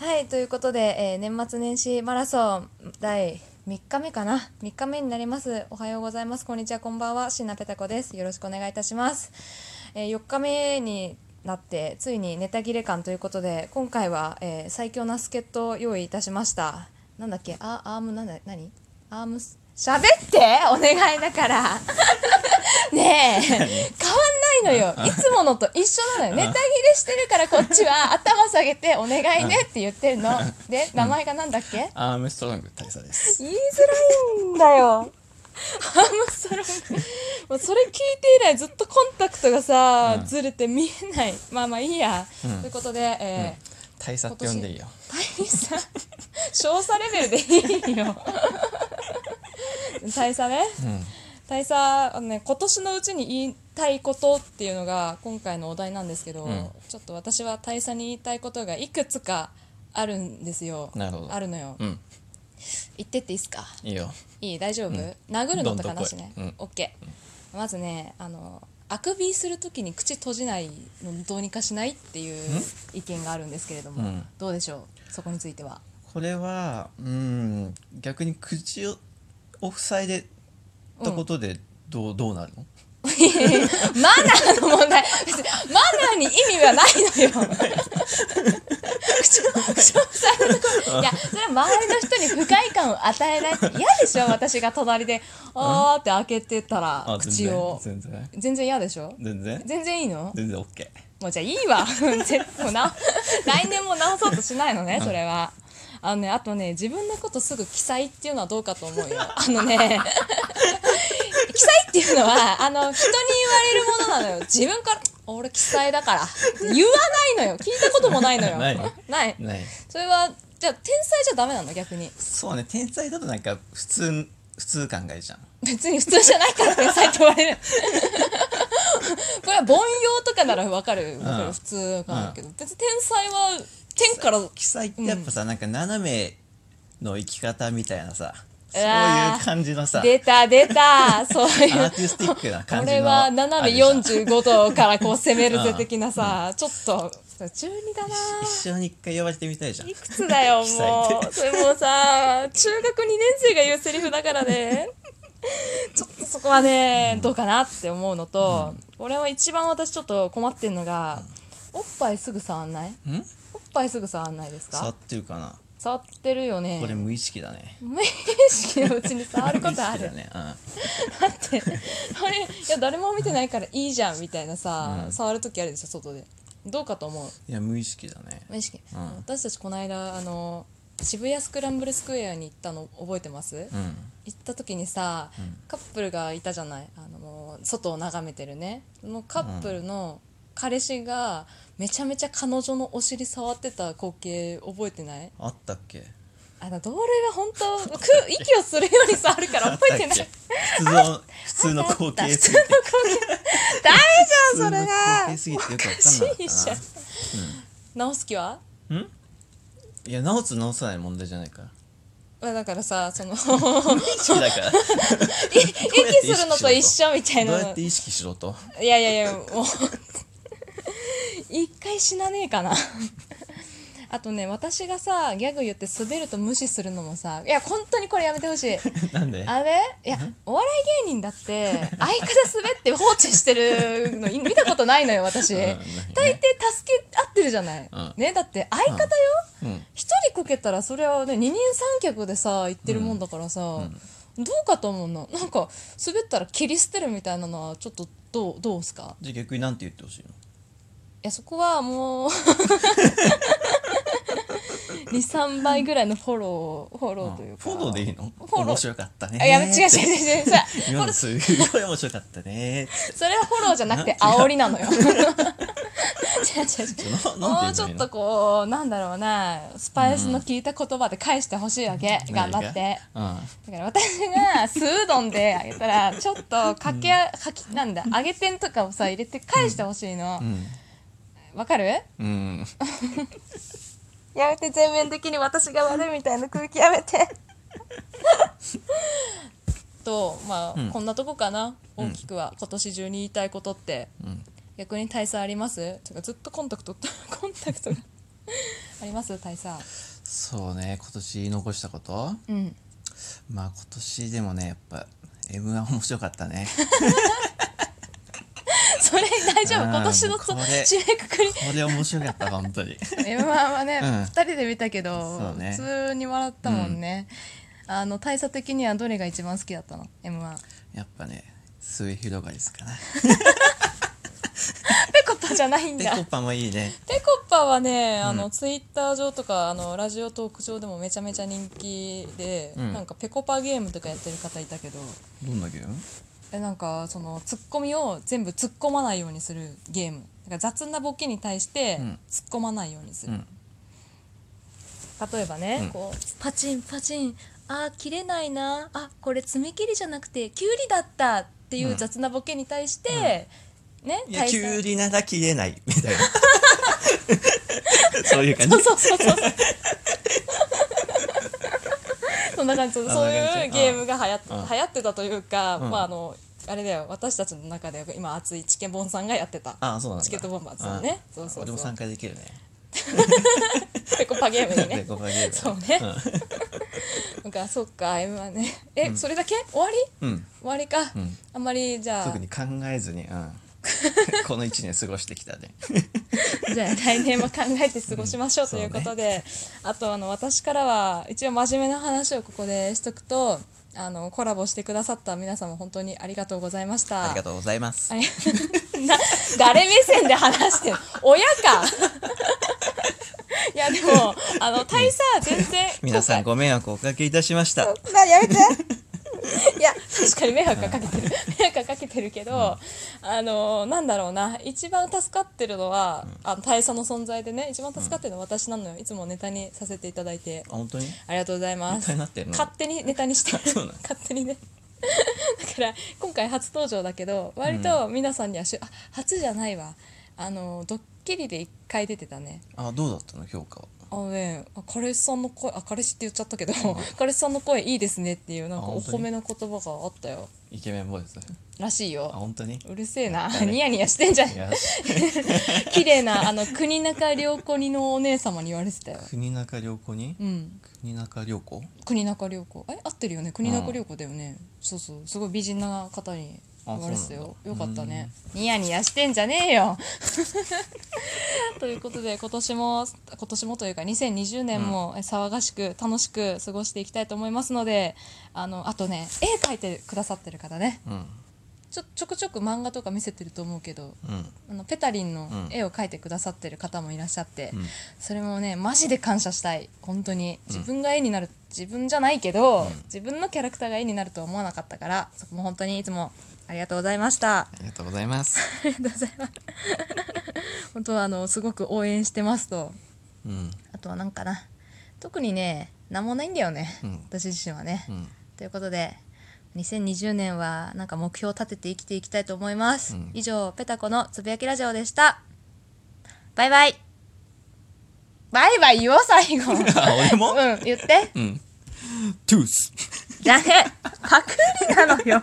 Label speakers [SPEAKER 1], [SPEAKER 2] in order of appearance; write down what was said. [SPEAKER 1] はいということで、えー年末年始マラソン第3日目かな3日目になりますおはようございますこんにちはこんばんはしなぺたこですよろしくお願いいたします、え4日目になってついにネタ切れ感ということで今回は、えー最強な助っ人を用意いたしましたなんだっけあアームなんだ何アームス喋って お願いだからねえ変わんないのよいつものと一緒なのよネタ切れしてるからこっちは頭下げてお願いねって言ってんので名前がなんだっけ
[SPEAKER 2] アームストロング大佐です。
[SPEAKER 1] 言いづらいんだよアームストロングもうそれ聞いて以来ずっとコンタクトがさ、
[SPEAKER 2] うん
[SPEAKER 1] ずれて見えないまあまあいいや、
[SPEAKER 2] うん
[SPEAKER 1] ということで、えー
[SPEAKER 2] 大佐って呼んでいいよ。
[SPEAKER 1] 大佐少佐レベルでいいよ大佐ね
[SPEAKER 2] うん。
[SPEAKER 1] 大佐あの、ね、今年のうちに言いたいことっていうのが今回のお題なんですけど、
[SPEAKER 2] うん
[SPEAKER 1] ちょっと私は大佐に言いたいことがいくつかあるんですよ
[SPEAKER 2] なるほど
[SPEAKER 1] あるのよ、
[SPEAKER 2] うん。
[SPEAKER 1] 言ってっていいですか
[SPEAKER 2] いいよ。
[SPEAKER 1] いい大丈夫、
[SPEAKER 2] うん
[SPEAKER 1] 殴るのとかなしね
[SPEAKER 2] どんどん来いうん
[SPEAKER 1] オッケーまずねあのあくびするときに口閉じないのどうにかしないっていう意見があるんですけれども、
[SPEAKER 2] うん
[SPEAKER 1] どうでしょうそこについては
[SPEAKER 2] これは、うん、逆に口を、を塞いでたことで、どう、どうなるの
[SPEAKER 1] マナーの問題別にマナーに意味はないのよ口を口を塞いでるとこいやそれは周りの人に不快感を与えないって嫌でしょ私が隣であーって開けてたら
[SPEAKER 2] あ、
[SPEAKER 1] 口を
[SPEAKER 2] 全然。
[SPEAKER 1] 全然嫌でしょ
[SPEAKER 2] 全然。
[SPEAKER 1] 全然いいの
[SPEAKER 2] 全然オッケー。
[SPEAKER 1] もうじゃあいいわ 絶もうな来年も直そうとしないのねそれはあのねあとね自分のことすぐ記載っていうのはどうかと思うよあのね 記載っていうのはあの人に言われるものなのよ自分から「俺記載だから」言わないのよ聞いたこともないのよ
[SPEAKER 2] ない
[SPEAKER 1] ない
[SPEAKER 2] ない。
[SPEAKER 1] それはじゃあ天才じゃダメなの逆に
[SPEAKER 2] そうね、天才だとなんか、普通、普通感がいいじゃん。
[SPEAKER 1] 別に普通じゃないから天才って言わ れるこれは凡庸とかならわかるわか
[SPEAKER 2] うん
[SPEAKER 1] る普通わかるけど別に天才は天から
[SPEAKER 2] 記載ってやっぱさ、なんか斜めの生き方みたいなさ、
[SPEAKER 1] う
[SPEAKER 2] そうい
[SPEAKER 1] わー
[SPEAKER 2] う感じのさ、
[SPEAKER 1] 出た出たそう
[SPEAKER 2] ア
[SPEAKER 1] い
[SPEAKER 2] ー
[SPEAKER 1] う
[SPEAKER 2] ティスティックな
[SPEAKER 1] こ
[SPEAKER 2] 感じの。
[SPEAKER 1] れは斜め
[SPEAKER 2] あるじゃん
[SPEAKER 1] 45度からこう攻めるぜ
[SPEAKER 2] うん
[SPEAKER 1] 的なさ、ちょっと中二だな
[SPEAKER 2] 一生に一回呼ばれてみたいじゃん
[SPEAKER 1] い。くつだよ
[SPEAKER 2] 記載
[SPEAKER 1] も
[SPEAKER 2] っ
[SPEAKER 1] うそれもうさ中学2年生が言うセリフだからねちょっとそこはね、どうかなって思うのと、俺は一番私ちょっと困ってんのが、おっぱいすぐ触んない
[SPEAKER 2] ん
[SPEAKER 1] おっぱいすぐ触んないです
[SPEAKER 2] 触
[SPEAKER 1] か
[SPEAKER 2] ってるかな、
[SPEAKER 1] 触ってるよね
[SPEAKER 2] これ無意識だね
[SPEAKER 1] 無意識のうちに触ることあ
[SPEAKER 2] 無意
[SPEAKER 1] る
[SPEAKER 2] 識だね、うん、
[SPEAKER 1] だってあれいや誰も見てないからいいじゃんみたいなさ、
[SPEAKER 2] うん
[SPEAKER 1] 触る時あるでしょ外でどうかと思う
[SPEAKER 2] いや無意識だね
[SPEAKER 1] 無意識、
[SPEAKER 2] うん
[SPEAKER 1] 私たちこの間あの渋谷スクランブルスクエアに行ったの覚えてます、
[SPEAKER 2] うん
[SPEAKER 1] 行った時にさ、
[SPEAKER 2] ん
[SPEAKER 1] カップルがいたじゃないあのもう外を眺めてるねそのカップルの彼氏がめちゃめちゃ彼女のお尻触ってた光景覚えてない
[SPEAKER 2] あったっけ
[SPEAKER 1] あの同類は本当く息をするように触るから覚えて ない
[SPEAKER 2] あったっけ普通の普通の光景すぎて
[SPEAKER 1] 大丈夫そ
[SPEAKER 2] 普通の
[SPEAKER 1] れが
[SPEAKER 2] 光景すぎてよくわかんなかっ
[SPEAKER 1] いいじゃん直す気は
[SPEAKER 2] たなんいや直す直さない問題じゃないから
[SPEAKER 1] まあだからさ その
[SPEAKER 2] 無意識 だから
[SPEAKER 1] 息するのと一緒みたい
[SPEAKER 2] ど
[SPEAKER 1] な
[SPEAKER 2] うやって意識しろと
[SPEAKER 1] いやいやいやもう一回死なねえかなあとね私がさギャグ言って滑ると無視するのもさいや本当にこれやめてほしい
[SPEAKER 2] なんで
[SPEAKER 1] あれいやお笑い芸人だって相方滑って放置してるの見たことないのよ私
[SPEAKER 2] うん
[SPEAKER 1] 大
[SPEAKER 2] な
[SPEAKER 1] 抵
[SPEAKER 2] いね
[SPEAKER 1] 助け合ってるじゃない、
[SPEAKER 2] うん
[SPEAKER 1] ねだって相方よ、
[SPEAKER 2] うん
[SPEAKER 1] 一人こけたらそれはね二人三脚でさ行ってるもんだからさ、どうかと思うのなんか滑ったら切り捨てるみたいなのはちょっとどうどうすか
[SPEAKER 2] じゃあ逆になんて言ってほしい
[SPEAKER 1] い
[SPEAKER 2] の
[SPEAKER 1] やそこはもう 23倍ぐらいのフォローフォローというか
[SPEAKER 2] フォローでいいの
[SPEAKER 1] フォロー
[SPEAKER 2] 面白かったね
[SPEAKER 1] あやめ違う違う
[SPEAKER 2] って
[SPEAKER 1] 違う違う
[SPEAKER 2] 今の
[SPEAKER 1] それ
[SPEAKER 2] すごい面白かったね
[SPEAKER 1] それはフォローじゃなく て煽りなのよ違う違う違う
[SPEAKER 2] な
[SPEAKER 1] も
[SPEAKER 2] なんて言えばいいの
[SPEAKER 1] うちょっとこうなんだろうなスパイスの効いた言葉で返してほしいわけ、頑張って。
[SPEAKER 2] うん
[SPEAKER 1] だから私が酢うどんであげたらちょっとかけあかきなんだ揚げ天とかをさ入れて返してほしいのわ、かる
[SPEAKER 2] うん
[SPEAKER 1] やめて全面的に私が悪いみたいな空気やめて とまあ、
[SPEAKER 2] うん
[SPEAKER 1] こんなとこかな大きくは、今年中に言いたいことって
[SPEAKER 2] うん
[SPEAKER 1] 逆に大差ありますとかずっとコンタクトコンタクトがあります大佐
[SPEAKER 2] そうね今年残したこと
[SPEAKER 1] うん
[SPEAKER 2] まあ今年でもねやっぱ m 1面白かったね
[SPEAKER 1] それ大丈夫
[SPEAKER 2] あー
[SPEAKER 1] 今年の
[SPEAKER 2] もう
[SPEAKER 1] そ
[SPEAKER 2] これ
[SPEAKER 1] 締めくくり
[SPEAKER 2] これ面白かった本当に
[SPEAKER 1] M1 はね、
[SPEAKER 2] う
[SPEAKER 1] 二
[SPEAKER 2] ん
[SPEAKER 1] 人で見たけど、
[SPEAKER 2] そうね
[SPEAKER 1] 普通に笑ったもんね、あの大佐的にはどれが一番好きだったの M1
[SPEAKER 2] やっぱね末広がりですかね
[SPEAKER 1] ペコパじゃないん
[SPEAKER 2] ペ
[SPEAKER 1] だ
[SPEAKER 2] コパもいいね
[SPEAKER 1] ペコパはねあの、ツイッター上とかあのラジオトーク上でもめちゃめちゃ人気で、
[SPEAKER 2] うん
[SPEAKER 1] なんかペコパゲームとかやってる方いたけど
[SPEAKER 2] どんなゲーム
[SPEAKER 1] えなんかそのツッコミを全部突っ込まないようにするゲームだから雑なボケに対して
[SPEAKER 2] うん
[SPEAKER 1] 突っ込まないようにす
[SPEAKER 2] う
[SPEAKER 1] る、
[SPEAKER 2] ん
[SPEAKER 1] 例えばね、
[SPEAKER 2] うん
[SPEAKER 1] こうパチンパチンあー切れないなあこれ爪切りじゃなくてキュウリだったっていう雑なボケに対して、ね
[SPEAKER 2] いや
[SPEAKER 1] 対
[SPEAKER 2] き
[SPEAKER 1] 戦
[SPEAKER 2] ゅうりなら切れないみたいなそういう感じ
[SPEAKER 1] そうそうそうそうそう。 そんな感じ、そう
[SPEAKER 2] そんな感じ
[SPEAKER 1] いうゲームが流行っ
[SPEAKER 2] うん
[SPEAKER 1] 流行ってたというか、
[SPEAKER 2] うん
[SPEAKER 1] まああのあれだよ、私たちの中で今熱いチケボンさんがやってた。
[SPEAKER 2] ああそうなんだ
[SPEAKER 1] チケットボンバーズのね
[SPEAKER 2] あ
[SPEAKER 1] そうそうそう
[SPEAKER 2] 俺も参加できるね
[SPEAKER 1] ペコパゲームに ね
[SPEAKER 2] ペ。コパゲーム
[SPEAKER 1] そうね
[SPEAKER 2] ん
[SPEAKER 1] なんかそっか、M はね。え、それだけ？終わり？
[SPEAKER 2] うん、
[SPEAKER 1] 終わりか。
[SPEAKER 2] ん
[SPEAKER 1] あんまりじゃ
[SPEAKER 2] 特
[SPEAKER 1] あ
[SPEAKER 2] に考えずに、うん この1年過ごしてきたね。
[SPEAKER 1] じゃあ来年も考えて過ごしましょう
[SPEAKER 2] うん
[SPEAKER 1] ということで、あとあの私からは一応真面目な話をここでしとくとあのコラボしてくださった皆様本当にありがとうございました。
[SPEAKER 2] ありがとうございます
[SPEAKER 1] あ。れな誰目線で話してる親 かいやでもあの大佐は全然
[SPEAKER 2] 皆さんご迷惑をおかけいたしました。
[SPEAKER 1] なやめ ていや確かに迷惑はかけてる迷惑はかけてるけど、あのなんだろうな一番助かってるのは、あの大佐の存在でね一番助かってるのは私なのよいつもネタにさせていただいて
[SPEAKER 2] あ本当に
[SPEAKER 1] ありがとうございま
[SPEAKER 2] ネタ
[SPEAKER 1] す
[SPEAKER 2] になってるの
[SPEAKER 1] 勝手にネタにして
[SPEAKER 2] そうなの
[SPEAKER 1] 勝手にね だから今回初登場だけど割と皆さんにはしゅ、あ初じゃないわあのドッキリで1回出てたね
[SPEAKER 2] あどうだったの評価は。
[SPEAKER 1] あのねあ彼氏さんの声あ彼氏って言っちゃったけど 彼氏さんの声いいですねっていうなんか
[SPEAKER 2] あ
[SPEAKER 1] お
[SPEAKER 2] 本当に
[SPEAKER 1] 褒めの言葉があったよ
[SPEAKER 2] イケメンボイス。
[SPEAKER 1] らしい
[SPEAKER 2] あ
[SPEAKER 1] よ
[SPEAKER 2] 本当に
[SPEAKER 1] うるせえな
[SPEAKER 2] ね
[SPEAKER 1] ニヤニヤしてんじゃん
[SPEAKER 2] よし。
[SPEAKER 1] 綺麗なあの国中良子にのお姉様に言われてたよ
[SPEAKER 2] 国中良子に
[SPEAKER 1] うん
[SPEAKER 2] 国中良子
[SPEAKER 1] 国中良子え合ってるよね国中良子だよね、そうそうすごい美人な方に言われてたよ
[SPEAKER 2] あそ
[SPEAKER 1] よ
[SPEAKER 2] うな
[SPEAKER 1] か
[SPEAKER 2] ん
[SPEAKER 1] っ
[SPEAKER 2] だ
[SPEAKER 1] たねニヤニヤしてんじゃねえ よということで今年も今年もというか2020年もえ騒がしく楽しく過ごしていきたいと思いますのであのあとね絵描いてくださってる方ね
[SPEAKER 2] うん。
[SPEAKER 1] ちょちょくちょく漫画とか見せてると思うけど
[SPEAKER 2] うん。
[SPEAKER 1] あのペタリンの
[SPEAKER 2] うん
[SPEAKER 1] 絵を描いてくださってる方もいらっしゃって、
[SPEAKER 2] ん
[SPEAKER 1] それもねマジで感謝したい本当に自分が絵になる自分じゃないけど、自分のキャラクターが絵になるとは思わなかったからそこも本当にいつもありがとうございました
[SPEAKER 2] ありがとうございます。
[SPEAKER 1] ありがとうございます本当はあのすごく応援してますと
[SPEAKER 2] うん。
[SPEAKER 1] あとはなんかな特にね何もないんだよね、
[SPEAKER 2] うん
[SPEAKER 1] 私自身はね、
[SPEAKER 2] うん。
[SPEAKER 1] ということで2020年はなんか目標を立てて生きていきたいと思います、
[SPEAKER 2] うん
[SPEAKER 1] 以上ペタコのつぶやきラジオでしたバイバイバイバイ言おう最後うん
[SPEAKER 2] あ俺 も。
[SPEAKER 1] 言って
[SPEAKER 2] うん。トゥース。
[SPEAKER 1] じゃねパクリなのよ